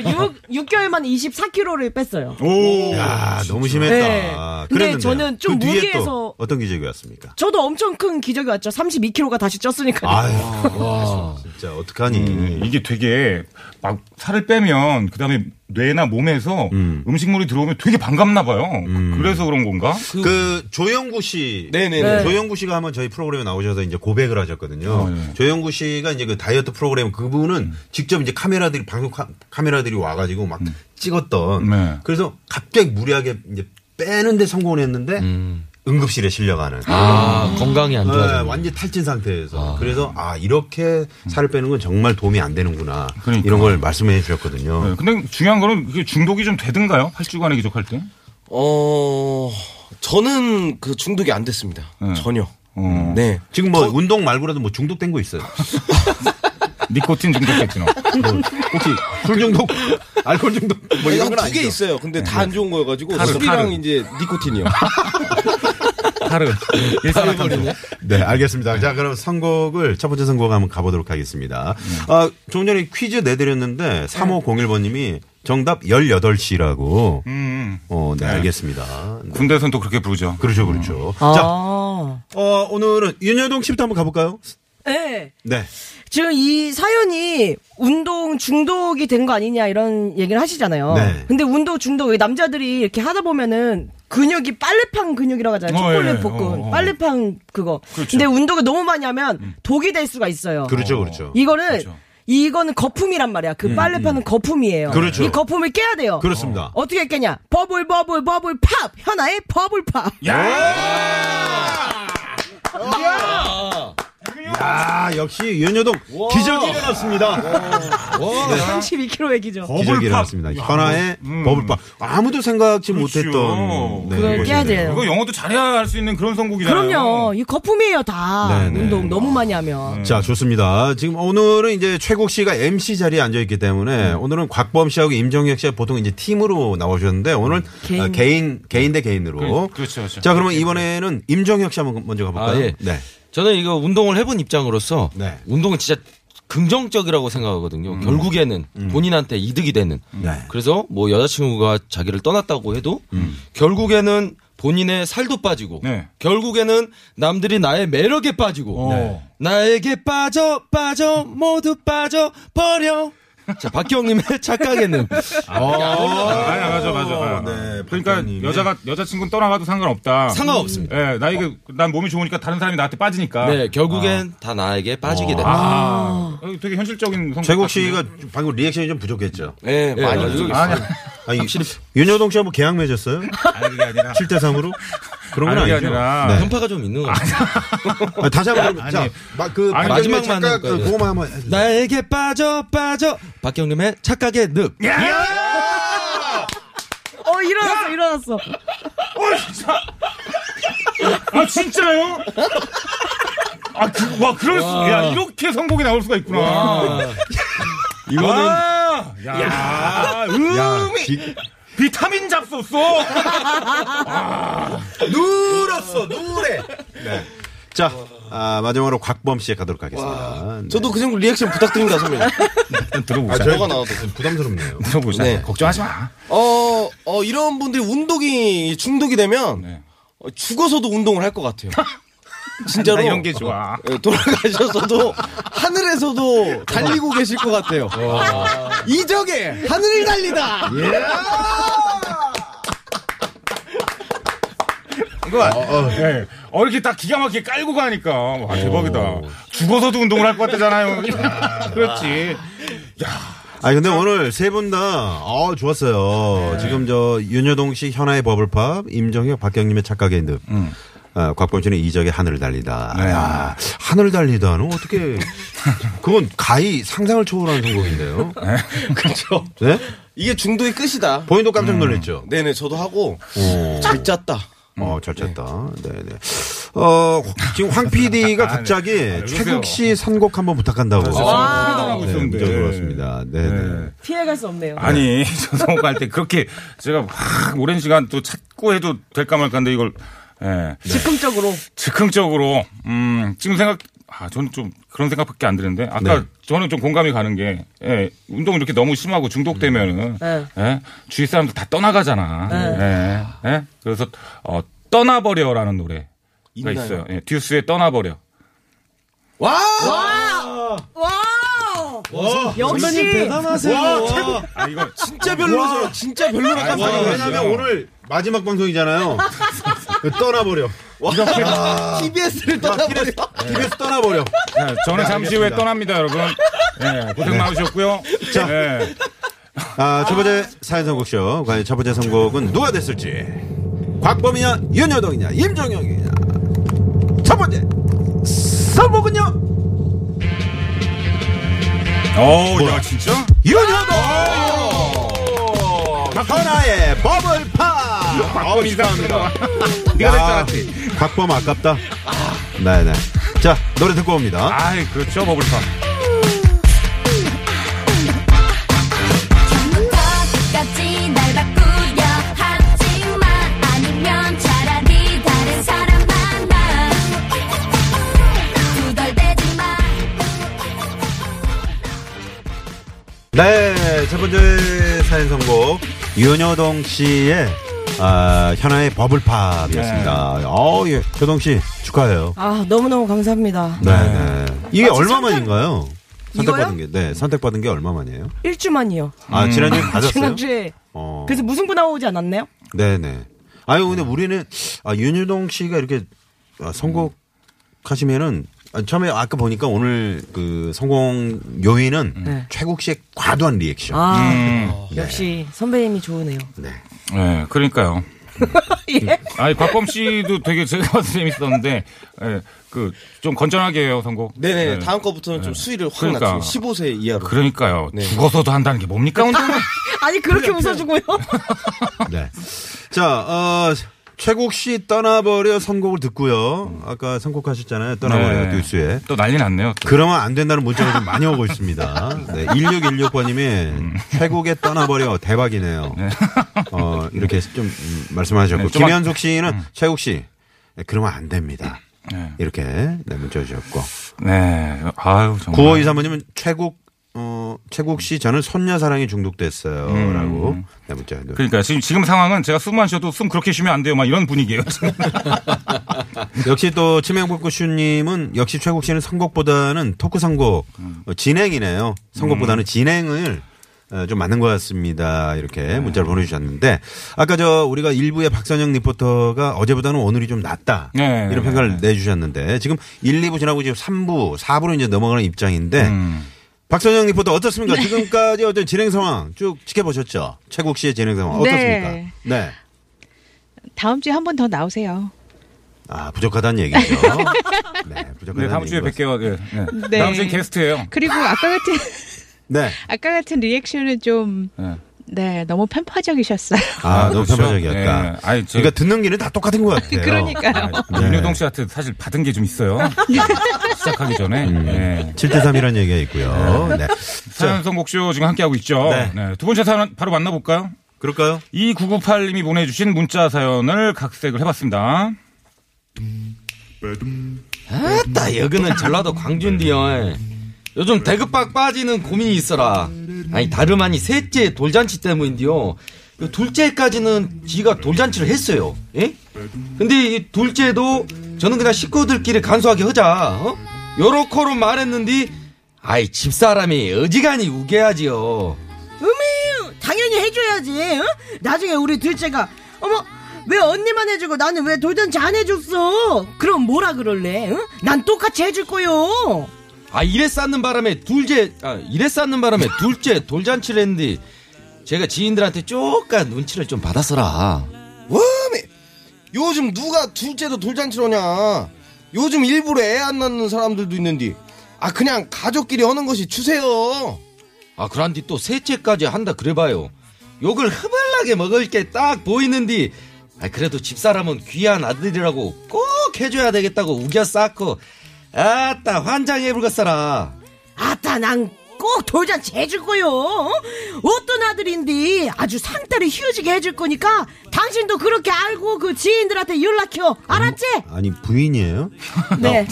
Speaker 6: 6, 개월만 24kg를 뺐어요
Speaker 3: 오.
Speaker 2: 야 너무 심했다.
Speaker 6: 네. 근데
Speaker 2: 그랬는데요.
Speaker 6: 저는 좀
Speaker 2: 그 뒤에 또
Speaker 6: 무리해서-
Speaker 2: 어떤 기적이 왔습니까?
Speaker 6: 저도 엄청 큰 기적이 왔죠 32kg가 다시 쪘으니까 요
Speaker 2: 아유 진짜 어떡하니.
Speaker 3: 음, 이게 되게 막 살을 빼면 그다음에 뇌나 몸에서 음. 식물이 들어오면 되게 반갑나 봐요. 그래서 그런 건가?
Speaker 2: 그 조영구 씨,
Speaker 5: 네네네.
Speaker 2: 조영구 씨가 한번 저희 프로그램에 나오셔서 이제 고백을 하셨거든요. 조영구 씨가 이제 그 다이어트 프로그램 그분은 직접 이제 카메라들이 방송 카, 카메라들이 와가지고 막 찍었던.
Speaker 3: 네.
Speaker 2: 그래서 갑자기 무리하게 이제 빼는데 성공을 했는데 응급실에 실려가는.
Speaker 7: 아, 건강이 안
Speaker 2: 네,
Speaker 7: 좋아져.
Speaker 2: 완전 탈진 상태에서 그래서 아 이렇게 살을 빼는 건 정말 도움이 안 되는구나
Speaker 3: 그러니까.
Speaker 2: 이런 걸 말씀해 주셨거든요.
Speaker 3: 네, 근데 중요한 거는 이게 중독이 좀 되든가요? 8주간에 기적할 때?
Speaker 5: 어, 저는 그 중독이 안 됐습니다. 전혀.
Speaker 3: 네. 어.
Speaker 5: 네.
Speaker 2: 지금 뭐 운동 말고라도 뭐 중독된 거 있어요?
Speaker 3: 니코틴 중독됐지 너.
Speaker 2: 혹시 술 중독, 알코올 중독 뭐 이런 건
Speaker 5: 두개
Speaker 2: 아니죠?
Speaker 5: 있어요. 근데
Speaker 3: 네.
Speaker 5: 다 안 좋은 거여가지고
Speaker 3: 타르,
Speaker 5: 술이랑
Speaker 3: 타르.
Speaker 5: 이제 니코틴이요.
Speaker 3: 하루. 일산화탄소.
Speaker 2: 네, 알겠습니다. 자, 그럼 선곡을 첫 번째 선곡 한번 가보도록 하겠습니다. 아, 조금 전에 퀴즈 내드렸는데 3501번님이 정답 18시라고.
Speaker 3: 음.
Speaker 2: 어, 네, 알겠습니다. 네.
Speaker 3: 군대에서는 또 그렇게 부르죠.
Speaker 2: 그렇죠, 그렇죠. 자,
Speaker 6: 아.
Speaker 2: 어, 오늘은 윤여동 씨부터 한번 가볼까요?
Speaker 6: 네.
Speaker 2: 네.
Speaker 6: 지금 이 사연이 운동 중독이 된 거 아니냐 이런 얘기를 하시잖아요.
Speaker 2: 네.
Speaker 6: 근데 운동 중독 왜 남자들이 이렇게 하다 보면은 근육이 빨래팡 근육이라고 하잖아요.
Speaker 3: 어,
Speaker 6: 초콜릿
Speaker 3: 예,
Speaker 6: 볶음
Speaker 3: 어, 그렇죠. 어.
Speaker 6: 빨래팡 그거. 근데 운동을 너무 많이 하면 독이 될 수가 있어요.
Speaker 2: 그렇죠, 그렇죠.
Speaker 6: 이거는
Speaker 3: 그렇죠. 음,
Speaker 6: 이거는 거품이란 말이야. 그 빨래판은 거품이에요.
Speaker 2: 그렇죠.
Speaker 6: 이 거품을 깨야 돼요.
Speaker 2: 그렇습니다.
Speaker 6: 어떻게 깨냐? 버블 버블 버블 팝 현아의 버블 팝.
Speaker 2: 야, 역시 윤여동 기적이 일어났습니다. 예.
Speaker 6: 32kg의 기죠.
Speaker 2: 기적이 일어났습니다. 현아의 버블밥. 아무도 생각지
Speaker 3: 그렇죠.
Speaker 2: 못했던. 네,
Speaker 6: 그걸 깨야
Speaker 2: 것인데.
Speaker 6: 돼요.
Speaker 3: 이거 영어도 잘해야 할 수 있는 그런 선곡이잖아요.
Speaker 6: 그럼요. 이 거품이에요 다.
Speaker 2: 네, 네.
Speaker 6: 운동 너무 많이
Speaker 3: 음.
Speaker 6: 하면.
Speaker 2: 자, 좋습니다. 지금 오늘은 이제 최국 씨가 MC 자리에 앉아 있기 때문에
Speaker 3: 음.
Speaker 2: 오늘은 곽범 씨하고 임정혁 씨가 보통 이제 팀으로 나오셨는데 오늘
Speaker 6: 개인.
Speaker 2: 어, 개인 개인 대 개인으로.
Speaker 3: 그- 그렇죠, 그렇죠.
Speaker 2: 자, 그러면 이번에는 임정혁 씨 한번 먼저 가볼까요?
Speaker 7: 아, 예.
Speaker 2: 네.
Speaker 7: 저는 이거 운동을 해본 입장으로서
Speaker 2: 네. 음.
Speaker 7: 운동은 진짜 긍정적이라고 생각하거든요. 결국에는 본인한테 이득이 되는.
Speaker 3: 음,
Speaker 2: 네.
Speaker 7: 그래서 뭐 여자친구가 자기를 떠났다고 해도 결국에는 본인의 살도 빠지고
Speaker 3: 네.
Speaker 7: 결국에는 남들이 나의 매력에 빠지고
Speaker 3: 네.
Speaker 7: 나에게 빠져 빠져 모두 빠져 버려. 자 박기영님의 착각에는
Speaker 3: 아, 아, 맞아, 맞아. 아,
Speaker 2: 네,
Speaker 3: 그러니까
Speaker 2: 박사님의-
Speaker 3: 여자가 여자친구는 떠나가도 상관없다.
Speaker 7: 상관없습니다.
Speaker 3: 예, 나 이게 난 몸이 좋으니까 다른 사람이 나한테 빠지니까.
Speaker 7: 네 결국엔 다 나에게 빠지게 됩니다.
Speaker 3: 아, 어, 되게 현실적인 선곡.
Speaker 2: 최국
Speaker 3: 같은데요?
Speaker 2: 씨가 방금 리액션이 좀 부족했죠.
Speaker 5: 네, 많이
Speaker 7: 예, 맞아요.
Speaker 5: 부족했어요.
Speaker 3: 아니,
Speaker 2: 아니, 윤여동 씨하고 계약 맺었어요?
Speaker 3: 아니 그게 아니라
Speaker 2: 7대 3으로? 그런 건
Speaker 3: 아니, 그게
Speaker 2: 아니죠.
Speaker 3: 아니라.
Speaker 2: 네.
Speaker 7: 편파가 좀 있는 것 같아요.
Speaker 2: 아, 다시 한번 그럼,
Speaker 3: 아니.
Speaker 2: 자, 마- 그
Speaker 3: 아니,
Speaker 2: 마지막
Speaker 7: 마지막만
Speaker 2: 잠깐
Speaker 7: 하는 거예요.
Speaker 2: 그거만 한번 해주세요.
Speaker 7: 나에게 빠져 빠져 박경림의 착각의 늪
Speaker 6: 어 일어났어 일어났어.
Speaker 3: 아 진짜요? 아, 그, 와, 그럴 수, 야, 이렇게 선곡이 나올 수가 있구나.
Speaker 7: 이거는
Speaker 3: 아, 야, 음,
Speaker 2: 야, 기-
Speaker 3: 비타민 잡소소.
Speaker 2: 누렸어 누래. 네. 자 아, 마지막으로 곽범 씨에 가도록 하겠습니다. 네.
Speaker 5: 저도 그 정도 리액션 부탁드립니다, 선배님.
Speaker 2: 그러니까.
Speaker 3: 들어보자.
Speaker 5: 뭐가 나와도.
Speaker 2: 부담스럽네요.
Speaker 3: 들어보자.
Speaker 5: 네.
Speaker 3: 걱정하지 마.
Speaker 5: 어, 어, 이런 분들이 운동이 중독이 되면
Speaker 3: 네.
Speaker 5: 어, 죽어서도 운동을 할 것 같아요. 진짜로.
Speaker 3: 나 이런 게 좋아.
Speaker 5: 예, 돌아가셔서도 하늘에서도 달리고 계실 것 같아요. 이적에 하늘을 달리다.
Speaker 3: 예. 어, 이렇게 딱 기가 막히게 깔고 가니까. 와, 대박이다. 죽어서도 운동을 할 것 같잖아요. 그렇지.
Speaker 2: 아 근데 오늘 세 분 다 어, 좋았어요. 지금 저 윤여동 씨 현아의 버블팝, 임정혁 박경림의 착각의 늪. 아, 곽범 씨는 이적의 하늘을 달리다. 야, 하늘을 달리다는 어떻게 그건 가히 상상을 초월하는 선곡인데요.
Speaker 5: 그렇죠.
Speaker 2: 네?
Speaker 5: 이게 중독의 끝이다.
Speaker 2: 본인도 깜짝 놀랐죠.
Speaker 5: 네네, 저도 하고
Speaker 2: 오.
Speaker 5: 잘 짰다.
Speaker 2: 어, 잘 쳤다. 네, 네. 어, 지금 황 PD가 갑자기 최국 씨 선곡 한번 부탁한다고.
Speaker 3: 아, 하고
Speaker 2: 네,
Speaker 3: 있었는데.
Speaker 2: 문자 들어왔습니다. 네, 네.
Speaker 6: 피해갈 수 없네요.
Speaker 3: 아니, 저 선곡할 때 그렇게 제가 막 오랜 시간 또 찾고 해도 될까 말까인데 이걸, 예.
Speaker 6: 즉흥적으로.
Speaker 3: 즉흥적으로, 음, 지금 생각, 아, 저는 좀 그런 생각밖에 안 드는데. 아까
Speaker 2: 네.
Speaker 3: 저는 좀 공감이 가는 게, 예, 운동 이렇게 너무 심하고 중독되면은,
Speaker 6: 네.
Speaker 3: 예, 주위 사람들 다 떠나가잖아. 예, 예. 그래서, 어, 떠나버려라는 노래가
Speaker 5: 있나요?
Speaker 3: 있어요. 예, 듀스의 떠나버려.
Speaker 5: 와!
Speaker 6: 와우. 역시
Speaker 7: 대단하세요.
Speaker 3: 아, 이거
Speaker 7: 진짜 별로죠. 진짜 별로라
Speaker 2: 아니, 왜냐면 오늘 마지막 방송이잖아요. 떠나버려.
Speaker 7: 아.
Speaker 2: 음.
Speaker 5: TBS를 떠나버려.
Speaker 7: 네.
Speaker 2: TBS 떠나버려.
Speaker 3: 자, 네, 저는 잠시 후에 떠납니다, 여러분. 예, 고생 많으셨고요. 자, 예.
Speaker 2: 아, 첫 번째 사연 선곡쇼. 과연 첫 번째 선곡은 누가 됐을지. 곽범이냐, 윤여동이냐, 임종영이냐. 첫 번째 선곡은요,
Speaker 3: 어, 오, 야, 진짜?
Speaker 2: 윤여동! 현아의 버블파!
Speaker 3: 곽범 인사합니다.
Speaker 2: 니가 됐잖아, 곽범 아깝다. 네네. 자, 노래 듣고 옵니다.
Speaker 3: 아이, 그렇죠, 버블팝.
Speaker 8: 처음부터 끝까지 날 바꾸려 하지만 아니면 차라리 다른 사람 만나 두덜대지 마
Speaker 2: 네, 첫 번째 사연 선곡 윤여동 씨의 아, 현아의 버블팝이었습니다. 어, 예. 효동 씨 축하해요.
Speaker 6: 네. 아 너무너무 감사합니다.
Speaker 2: 네. 네. 이게
Speaker 6: 아, 지금
Speaker 2: 얼마만인가요? 선택받은
Speaker 6: 이거요?
Speaker 2: 게, 네, 선택받은 게 얼마만이에요?
Speaker 6: 일주만이요.
Speaker 2: 아, 지난주에 받았어요?
Speaker 6: 지난주에
Speaker 2: 어.
Speaker 6: 그래서 무승부 나오지 않았나요?
Speaker 2: 네네. 아유, 근데 우리는, 아, 윤효동 씨가 이렇게 아, 선곡하시면은, 아, 처음에 아까 보니까 오늘 그 성공 요인은
Speaker 6: 음. 네.
Speaker 2: 최국 씨의 과도한 리액션.
Speaker 6: 아
Speaker 3: 음,
Speaker 6: 역시 선배님이 좋으네요.
Speaker 3: 예, 그러니까요.
Speaker 6: 예?
Speaker 3: 아니, 곽범 씨도 되게 제가 재밌었는데, 예, 그, 좀 건전하게 해요, 선곡.
Speaker 5: 네네.
Speaker 3: 예.
Speaker 5: 다음 거부터는 좀 수위를 확
Speaker 3: 그러니까.
Speaker 5: 낮추고 15세 이하로.
Speaker 3: 그러니까요.
Speaker 5: 네.
Speaker 3: 죽어서도 한다는 게 뭡니까, 운동은?
Speaker 6: 아니 그렇게 웃어주고요.
Speaker 2: 네. 자, 어, 최국 씨 떠나버려 선곡을 듣고요. 아까 선곡하셨잖아요. 떠나버려
Speaker 3: 네.
Speaker 2: 뉴스에.
Speaker 3: 또 난리 났네요. 또.
Speaker 2: 그러면 안 된다는 문자가 좀 많이 오고 있습니다. 네, 1616번님이 최국에 떠나버려 대박이네요. 어, 이렇게 좀 음, 말씀하셨고.
Speaker 3: 네, 좀
Speaker 2: 김현숙 씨는 최국 씨, 네, 그러면 안 됩니다. 이렇게 네, 문자 주셨고.
Speaker 3: 네, 아유, 정말.
Speaker 2: 9호 2 3번님은 최국, 어, 최국 씨 저는 손녀 사랑에 중독됐어요. 라고 네, 문자.
Speaker 3: 그러니까 지금 지금 상황은 제가 숨만 쉬어도 숨 그렇게 쉬면 안 돼요. 막 이런 분위기예요. 지금.
Speaker 2: 역시 또 치명복구슈님은 역시 최국 씨는 선곡보다는 토크 선곡 어, 진행이네요.
Speaker 3: 음.
Speaker 2: 선곡보다는 진행을 어, 좀 맞는 것 같습니다. 이렇게
Speaker 3: 네.
Speaker 2: 문자를 보내주셨는데 아까 저 우리가 일부의 박선영 리포터가 어제보다는 오늘이 좀 낫다
Speaker 3: 네.
Speaker 2: 이런 평가를 내주셨는데 지금 1, 2부 지나고 지금 3부, 4부로 이제 넘어가는 입장인데
Speaker 3: 음.
Speaker 2: 박선영 리포터 어떻습니까? 지금까지 어떤 진행 상황 쭉 지켜보셨죠? 최국 씨의 진행 상황 어떻습니까?
Speaker 9: 네.
Speaker 2: 네.
Speaker 9: 다음 주에 한 번 더 나오세요.
Speaker 2: 아 부족하다는 얘기죠. 네, 부족하다는
Speaker 3: 네, 다음 주에
Speaker 2: 얘기인 것
Speaker 3: 뵐게요. 네, 네.
Speaker 9: 네.
Speaker 3: 다음 주에 게스트예요.
Speaker 9: 그리고 아까 같은
Speaker 2: 네.
Speaker 9: 아까 같은 리액션은 좀
Speaker 3: 네.
Speaker 9: 네, 너무 편파적이셨어요.
Speaker 2: 아, 너무
Speaker 3: 그렇죠?
Speaker 2: 편파적이었다.
Speaker 3: 네. 아니, 제-
Speaker 2: 그러니까 듣는 길은 다 똑같은 것 같아요.
Speaker 9: 그러니까요.
Speaker 2: 네.
Speaker 3: 윤효동 씨한테 사실 받은 게 좀 있어요. 시작하기 전에.
Speaker 2: 음.
Speaker 3: 네.
Speaker 2: 7대3이라는 얘기가 있고요. 네.
Speaker 3: 사연 선곡쇼 지금 함께하고 있죠.
Speaker 2: 네.
Speaker 3: 네, 두 번째 사연 바로 만나볼까요?
Speaker 2: 그럴까요?
Speaker 3: 2998님이 보내주신 문자 사연을 각색을 해봤습니다.
Speaker 7: 아따 여기는 전라도 광주인데요. 요즘 대급박 빠지는 고민이 있어라. 아니 다름 아니 셋째 돌잔치 때문인데요. 그 둘째까지는 지가 돌잔치를 했어요. 예? 근데 이 둘째도 저는 그냥 식구들끼리 간소하게 하자. 어? 요렇게로 말했는데 아이 집사람이 어지간히 우겨야지요.
Speaker 6: 음이 당연히 해줘야지. 어? 나중에 우리 둘째가 어머 왜 언니만 해주고 나는 왜 돌잔치 안 해줬어? 그럼 뭐라 그럴래? 어? 난 똑같이 해줄 거요.
Speaker 7: 아 이래 쌓는 바람에 둘째 아 이래 쌓는 바람에 둘째 돌잔치를 했는데 제가 지인들한테 쪼까 눈치를 좀 받았어라.
Speaker 5: 워메 요즘 누가 둘째도 돌잔치로 오냐 요즘 일부러 애 안 낳는 사람들도 있는데 아 그냥 가족끼리 하는 것이 추세요
Speaker 7: 아 그런데 또 셋째까지 한다 그래봐요 욕을 흐발나게 먹을 게 딱 보이는데 아 그래도 집사람은 귀한 아들이라고 꼭 해줘야 되겠다고 우겨 쌓고 아따 환장해 불갔어라
Speaker 6: 아따 난 꼭 돌잔치 해줄 거요. 어? 어떤 아들인데 아주 상다리 휘어지게 해줄 거니까 당신도 그렇게 알고 그 지인들한테 연락해. 알았지?
Speaker 2: 아니, 부인이에요? 아,
Speaker 6: 네.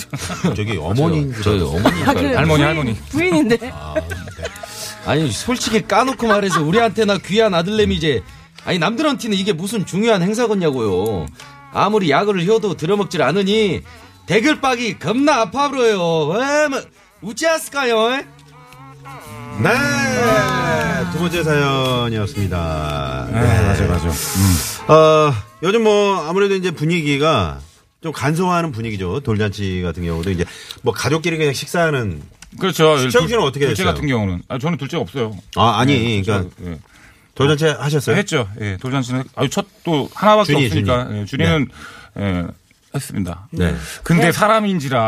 Speaker 2: 저기 어머니.
Speaker 7: 저희 어머니
Speaker 6: 아, 그래요?
Speaker 3: 할머니,
Speaker 2: 네.
Speaker 3: 할머니.
Speaker 6: 부인인데.
Speaker 7: 아니 솔직히 까놓고 말해서 우리한테나 귀한 아들내미제 아니 남들한테는 이게 무슨 중요한 행사겠냐고요 아무리 약을 휘어도 들어먹질 않으니 뭐, 대글박이 겁나 아파 보여요 에뭐 우찌았을까요
Speaker 2: 네. 두 번째 사연이었습니다. 네.
Speaker 3: 맞아, 맞아.
Speaker 2: 어, 요즘 뭐 아무래도 이제 분위기가 좀 간소화하는 분위기죠. 돌잔치 같은 경우도 이제 뭐 가족끼리 그냥 식사하는
Speaker 3: 그렇죠.
Speaker 2: 최욱 씨는 어떻게
Speaker 3: 둘째
Speaker 2: 됐어요?
Speaker 3: 같은 경우는. 아, 저는 둘째 없어요.
Speaker 2: 아 아니
Speaker 3: 저,
Speaker 2: 그러니까
Speaker 3: 예.
Speaker 2: 돌잔치 하셨어요?
Speaker 3: 했죠. 예, 돌잔치는 했- 아유 첫 또
Speaker 2: 네?
Speaker 3: 하나밖에
Speaker 2: 준이,
Speaker 3: 없으니까
Speaker 2: 준이.
Speaker 3: 예, 준이는 예, 했습니다.
Speaker 2: 네.
Speaker 3: 근데 사람인지라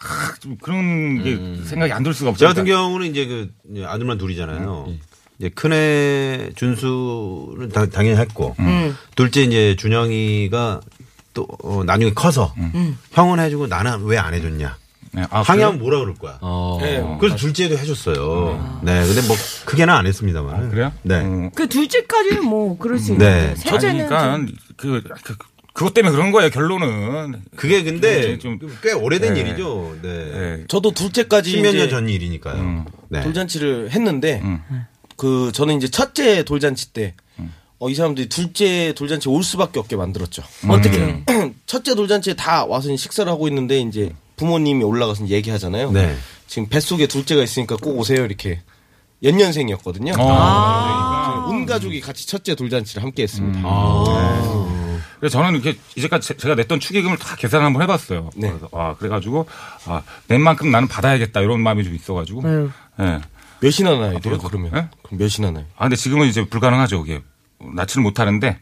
Speaker 3: 아, 좀 그런 게 생각이 안 들 수가
Speaker 2: 저
Speaker 3: 없어요.
Speaker 2: 같은 경우는 음. 이제 그 이제 아들만 둘이잖아요.
Speaker 3: 음, 예.
Speaker 2: 이제 큰애 준수는 다- 당연히 했고
Speaker 3: 음.
Speaker 2: 둘째 이제 준영이가 또 어, 나중에 커서 형은 해주고 나는 왜 안 해줬냐?
Speaker 3: 네, 음. 아,
Speaker 2: 항의
Speaker 3: 그래요? 음.
Speaker 2: 하면 뭐라 그럴 거야. 네.
Speaker 7: 어.
Speaker 2: 그래서 둘째도 해줬어요. 네, 근데 뭐 크게는 안 했습니다만.
Speaker 3: 그래요?
Speaker 2: 네.
Speaker 3: 음.
Speaker 6: 그 둘째까지는 뭐 그럴 수
Speaker 2: 네.
Speaker 6: 있는데 셋째는
Speaker 3: 그러니까
Speaker 6: 좀
Speaker 3: 그, 그 그것 때문에 그런 거예요. 결론은
Speaker 2: 그게 근데
Speaker 3: 좀-
Speaker 2: 꽤 오래된
Speaker 3: 네. 음.
Speaker 2: 일이죠. 네.
Speaker 3: 예.
Speaker 5: 저도 둘째까지
Speaker 2: 10몇
Speaker 5: 이제
Speaker 2: 년 전 일이니까요. 네.
Speaker 5: 돌잔치를 했는데
Speaker 3: 음.
Speaker 5: 그 저는 이제 첫째 돌잔치 때. 어, 이 사람들이 둘째 돌잔치 올 수밖에 없게 만들었죠.
Speaker 6: 어떻게
Speaker 5: 첫째 돌잔치에 다 와서 이제 식사를 하고 있는데 이제 부모님이 올라가서 이제 얘기하잖아요.
Speaker 2: 네.
Speaker 5: 지금 뱃속에 둘째가 있으니까 꼭 오세요 이렇게 연년생이었거든요.
Speaker 3: 어.
Speaker 5: 온 가족이 같이 첫째 돌잔치를 함께 했습니다.
Speaker 3: 음. 그래서 저는 이렇게 이제까지 제- 제가 냈던 축의금을 다 계산을 한번 해봤어요.
Speaker 5: 네.
Speaker 3: 그래서 아 그래가지고 아, 낸 만큼 나는 받아야겠다 이런 마음이 좀 있어가지고. 예.
Speaker 5: 몇이나 나야 돼요
Speaker 3: 앞으로
Speaker 5: 그러면?
Speaker 3: 예?
Speaker 5: 그럼 몇이나 나요?
Speaker 3: 아 근데 지금은 이제 불가능하죠. 그게 낳지는 못하는데.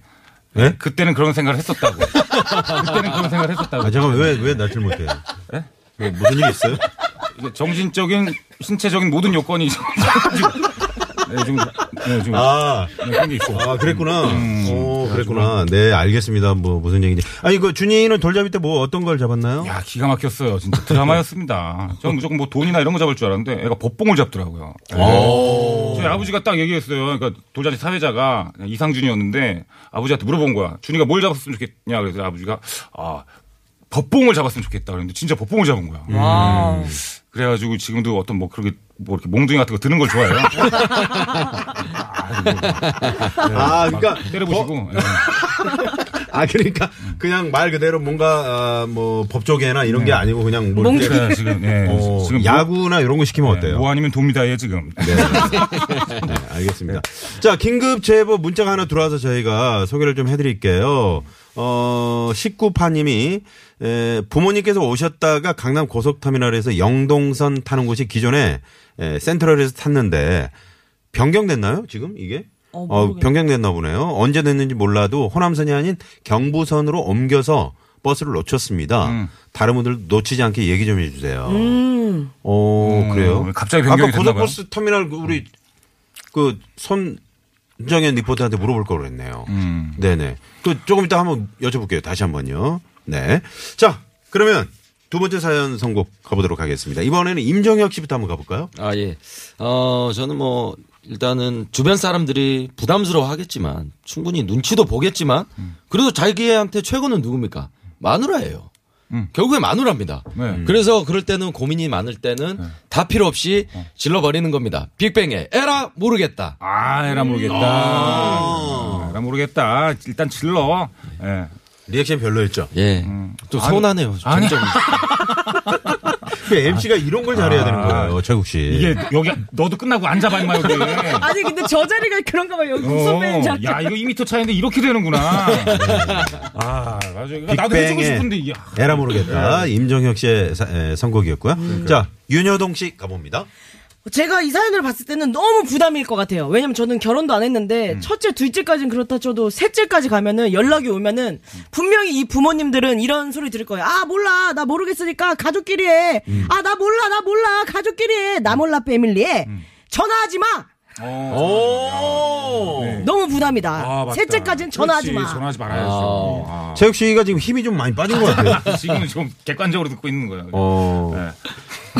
Speaker 2: 예?
Speaker 3: 그때는 그런 생각을 했었다고. 그때는 그런 생각을 했었다고.
Speaker 2: 아 잠깐 왜왜 날질 못해?
Speaker 3: 예?
Speaker 2: 뭐, 무슨 일 있어요?
Speaker 3: 이게 정신적인, 신체적인 모든 요건이 지금. 네, 지금, 네, 지금
Speaker 2: 아,
Speaker 3: 네, 그런 게 있고.
Speaker 2: 아 그랬구나.
Speaker 3: 음.
Speaker 2: 어 그랬구나. 네 알겠습니다. 뭐 무슨 얘기인지. 아니 그 준이는 돌잡이 때 뭐 어떤 걸 잡았나요?
Speaker 3: 야 기가 막혔어요. 진짜 드라마였습니다. 저는 무조건 뭐 돈이나 이런 거 잡을 줄 알았는데 애가 법봉을 잡더라고요. 네. 저희 아버지가 딱 얘기했어요. 그러니까 돌잔치 사회자가 이상준이었는데 아버지한테 물어본 거야. 준이가 뭘 잡았으면 좋겠냐 그래서 아버지가 아 법봉을 잡았으면 좋겠다 그랬는데 진짜 법봉을 잡은 거야. 그래가지고 지금도 어떤 뭐 그렇게 뭐 이렇게 몽둥이 같은 거 드는 걸 좋아해요. 네.
Speaker 2: 아 그러니까
Speaker 3: 때려보시고. 네.
Speaker 2: 아 그러니까 그냥 말 그대로 뭔가 아, 뭐 법조계나 이런 게 아니고 그냥 뭐 이렇게,
Speaker 3: 그래요, 지금 예.
Speaker 2: 어,
Speaker 3: 네. 지금
Speaker 2: 야구나 이런 거 시키면
Speaker 3: 뭐,
Speaker 2: 어때요?
Speaker 3: 뭐 아니면 돕니다 얘 지금.
Speaker 2: 네, 알겠습니다. 자, 긴급 제보 문자가 하나 들어와서 저희가 소개를 좀 해드릴게요. 어, 19파님이 에, 부모님께서 오셨다가 강남 고속터미널에서 영동선 타는 곳이 기존에 에, 센트럴에서 탔는데 변경됐나요? 지금 이게?
Speaker 6: 어,
Speaker 2: 어,
Speaker 6: 모르겠네.
Speaker 2: 변경됐나 보네요. 언제 됐는지 몰라도 호남선이 아닌 경부선으로 옮겨서 버스를 놓쳤습니다.
Speaker 3: 음.
Speaker 2: 다른 분들 놓치지 않게 얘기 좀 해주세요.
Speaker 6: 음.
Speaker 2: 오, 그래요?
Speaker 3: 음, 갑자기 변경이
Speaker 2: 아까
Speaker 3: 됐나 봐요.
Speaker 2: 고속버스 터미널 그 우리 그 손정현 리포터한테 물어볼 걸 그랬네요.
Speaker 3: 음.
Speaker 2: 네네. 그 조금 이따 한번 여쭤볼게요. 다시 한번요. 네. 자, 그러면 두 번째 사연 선곡 가보도록 하겠습니다. 이번에는 임정혁 씨부터 한번 가볼까요?
Speaker 7: 아, 예. 어, 저는 뭐, 일단은 주변 사람들이 부담스러워 하겠지만, 충분히 눈치도 보겠지만,
Speaker 3: 음.
Speaker 7: 그래도 자기한테 최고는 누굽니까? 마누라예요. 결국에 마누라입니다.
Speaker 3: 음. 네.
Speaker 7: 그래서 그럴 때는 고민이 많을 때는 다 필요 없이
Speaker 3: 어.
Speaker 7: 질러버리는 겁니다. 빅뱅의 에라 모르겠다.
Speaker 3: 아, 에라 모르겠다. 아, 에라 모르겠다. 일단 질러. 예.
Speaker 2: 리액션 별로였죠.
Speaker 7: 예. 좀 서운하네요.
Speaker 3: 음. 아니.
Speaker 7: 점점.
Speaker 2: MC가 이런 걸 잘해야 되는 거예요. 최국 씨.
Speaker 3: 이게 여기 너도 끝나고 앉아봐 임마 여기.
Speaker 6: 아니 근데 저 자리가 그런가 봐요 여기
Speaker 3: 어,
Speaker 6: 선배님 자리
Speaker 3: 야 이거 2미터 차인데 이렇게 되는구나. 아 맞아. 그러니까 나도 해주고
Speaker 2: 빅뱅의
Speaker 3: 싶은데 아, 야.
Speaker 2: 에라 모르겠다. 임정혁 씨의 사- 에, 선곡이었고요. 자, 윤여동 씨 가봅니다.
Speaker 6: 제가 이 사연을 봤을 때는 너무 부담일 것 같아요. 왜냐면 저는 결혼도 안 했는데 첫째, 둘째까지는 그렇다 쳐도 셋째까지 가면은 연락이 오면은 분명히 이 부모님들은 이런 소리 들을 거예요. 아 몰라 나 모르겠으니까 가족끼리 해. 아 나 몰라 나 몰라 가족끼리 해. 나 몰라 패밀리에 전화하지 마.
Speaker 2: 어,
Speaker 3: 오.
Speaker 6: 너무 부담이다.
Speaker 2: 아,
Speaker 6: 셋째까지는 아, 전화하지 마.
Speaker 3: 아, 전화하지 말아야죠. 아.
Speaker 2: 최국 씨가 지금 힘이 좀 많이 빠진 것 같아요.
Speaker 3: 지금 좀 객관적으로 듣고 있는 거야.
Speaker 2: 어.
Speaker 3: 네.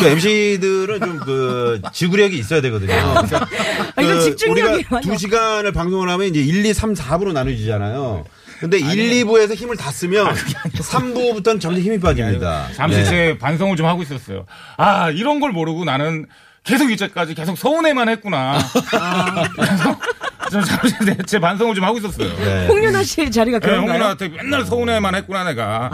Speaker 2: 그 MC들은 좀 그 지구력이 있어야 되거든요. 그러니까
Speaker 6: 아, 이거
Speaker 2: 그
Speaker 6: 집중력이
Speaker 2: 우리가
Speaker 6: 완전-
Speaker 2: 두 시간을 방송을 하면 이제 1, 2, 3, 4부로 나눠지잖아요. 근데 1, 2부에서 힘을 다 쓰면
Speaker 3: 아,
Speaker 2: 3부부터는 점점 힘이 빠집니다.
Speaker 3: 잠시
Speaker 2: 네.
Speaker 3: 제 반성을 좀 하고 있었어요. 아 이런 걸 모르고 나는 계속 이제까지 계속 서운해만 했구나.
Speaker 6: 아.
Speaker 3: 그래서 좀 잠시 제- 제 반성을 좀 하고 있었어요.
Speaker 2: 네.
Speaker 6: 홍윤아 씨의 자리가
Speaker 3: 네,
Speaker 6: 그런가요?
Speaker 3: 홍윤아한테 맨날 서운해만 했구나 내가.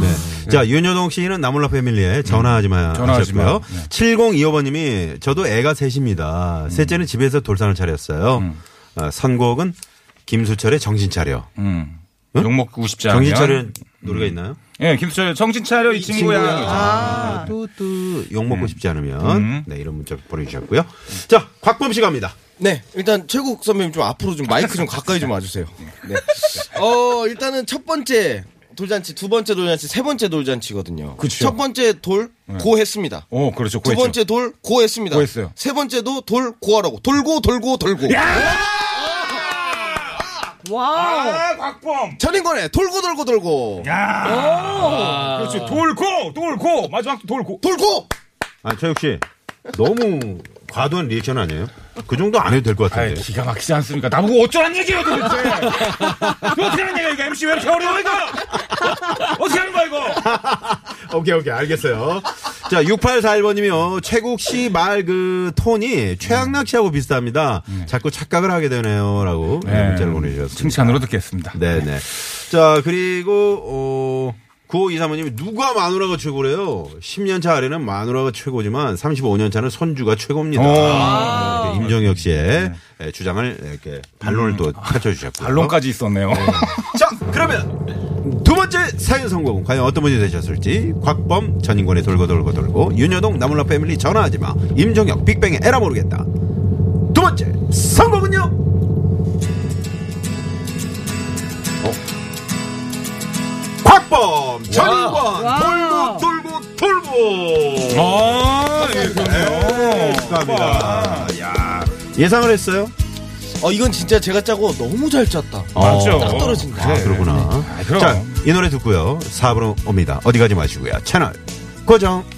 Speaker 2: 네. 자, 윤여동 씨는 나몰라 패밀리에 전화하지 마.
Speaker 3: 음. 전화하지 마.
Speaker 2: 하셨고요.
Speaker 3: 네. 음.
Speaker 2: 7025번님이 저도 애가 셋입니다. 셋째는 집에서 돌산을 차렸어요. 어, 선곡은 김수철의 정신 차려.
Speaker 3: 음.
Speaker 2: 응?
Speaker 3: 욕 먹고 싶지 않으면.
Speaker 2: 정신 차려 노래가 있나요?
Speaker 3: 예, 김수철 정신 차려 이 친구야.
Speaker 2: 아, 또또 욕먹고 싶지 않으면
Speaker 3: 음.
Speaker 2: 네 이런 문자 보내주셨고요. 자 곽범 씨 갑니다.
Speaker 5: 네, 일단 최국 선배님 좀 앞으로 좀 마이크 좀 가까이 좀 와주세요.
Speaker 3: 음.
Speaker 5: 네. 어, 일단은 첫 번째 돌잔치, 두 번째 돌잔치, 세 번째 돌잔치거든요.
Speaker 3: 그쵸.
Speaker 5: 첫 번째 돌 고했습니다.
Speaker 3: 오, 그렇죠.
Speaker 5: 두
Speaker 3: 고했죠.
Speaker 5: 번째 돌 고했습니다.
Speaker 3: 고했어요.
Speaker 5: 세 번째도 돌 고하라고 돌고 돌고 돌고.
Speaker 6: 와우.
Speaker 3: 아, 곽범.
Speaker 5: 전인권에 돌고 돌고 돌고
Speaker 3: 야. 그렇지. 돌고, 돌고. 마지막 돌고.
Speaker 5: 돌고.
Speaker 2: 아 최욱 씨 너무 과도한 리액션 아니에요? 그 정도 안 해도 될 것
Speaker 3: 아,
Speaker 2: 같은데.
Speaker 3: 기가 막히지 않습니까? 나보고 어쩌란 얘기예요, 도대체. 이거 어떻게 하는 얘기야, 이거? MC 왜 이렇게 어려워, 이거? 어떻게 하는 거야, 이거?
Speaker 2: 오케이 오케이 알겠어요. 자 6841번님이요. 최국 씨 말 그 톤이 최양락 씨하고 비슷합니다. 자꾸 착각을 하게 되네요라고
Speaker 3: 음. 네,
Speaker 2: 문자를 보내주셨습니다.
Speaker 3: 칭찬으로 듣겠습니다.
Speaker 2: 네네. 자 그리고 어. 9523번님이 누가 마누라가 최고래요? 10년 차 아래는 마누라가 최고지만 35년 차는 손주가 최고입니다.
Speaker 3: 아.
Speaker 2: 이렇게 임종혁 씨의 예, 주장을 이렇게 반론을 또 펼쳐주셨고요.
Speaker 3: 네. 음. 반론까지 있었네요.
Speaker 2: 자, 그러면 두 번째 사연 성공 과연 어떤 분이 되셨을지 곽범 전인권의 돌고 돌고 돌고 윤여동 나물라 패밀리 전화하지 마 임종혁 빅뱅의 에라 모르겠다 두 번째 성공은요 어? 곽범 전인권
Speaker 6: 와우.
Speaker 2: 돌고 돌고 돌고
Speaker 3: 아, 예,
Speaker 2: 네,
Speaker 3: 그렇네요.
Speaker 2: 축하합니다 야 예상을 했어요
Speaker 5: 어 이건 진짜 제가 짜고 너무 잘 짰다.
Speaker 3: 맞죠.
Speaker 5: 딱 떨어진다.
Speaker 2: 아, 그러구나.
Speaker 3: 그럼.
Speaker 2: 자, 이 노래 듣고요. 4부로 옵니다. 어디 가지 마시고요. 채널 고정. 음.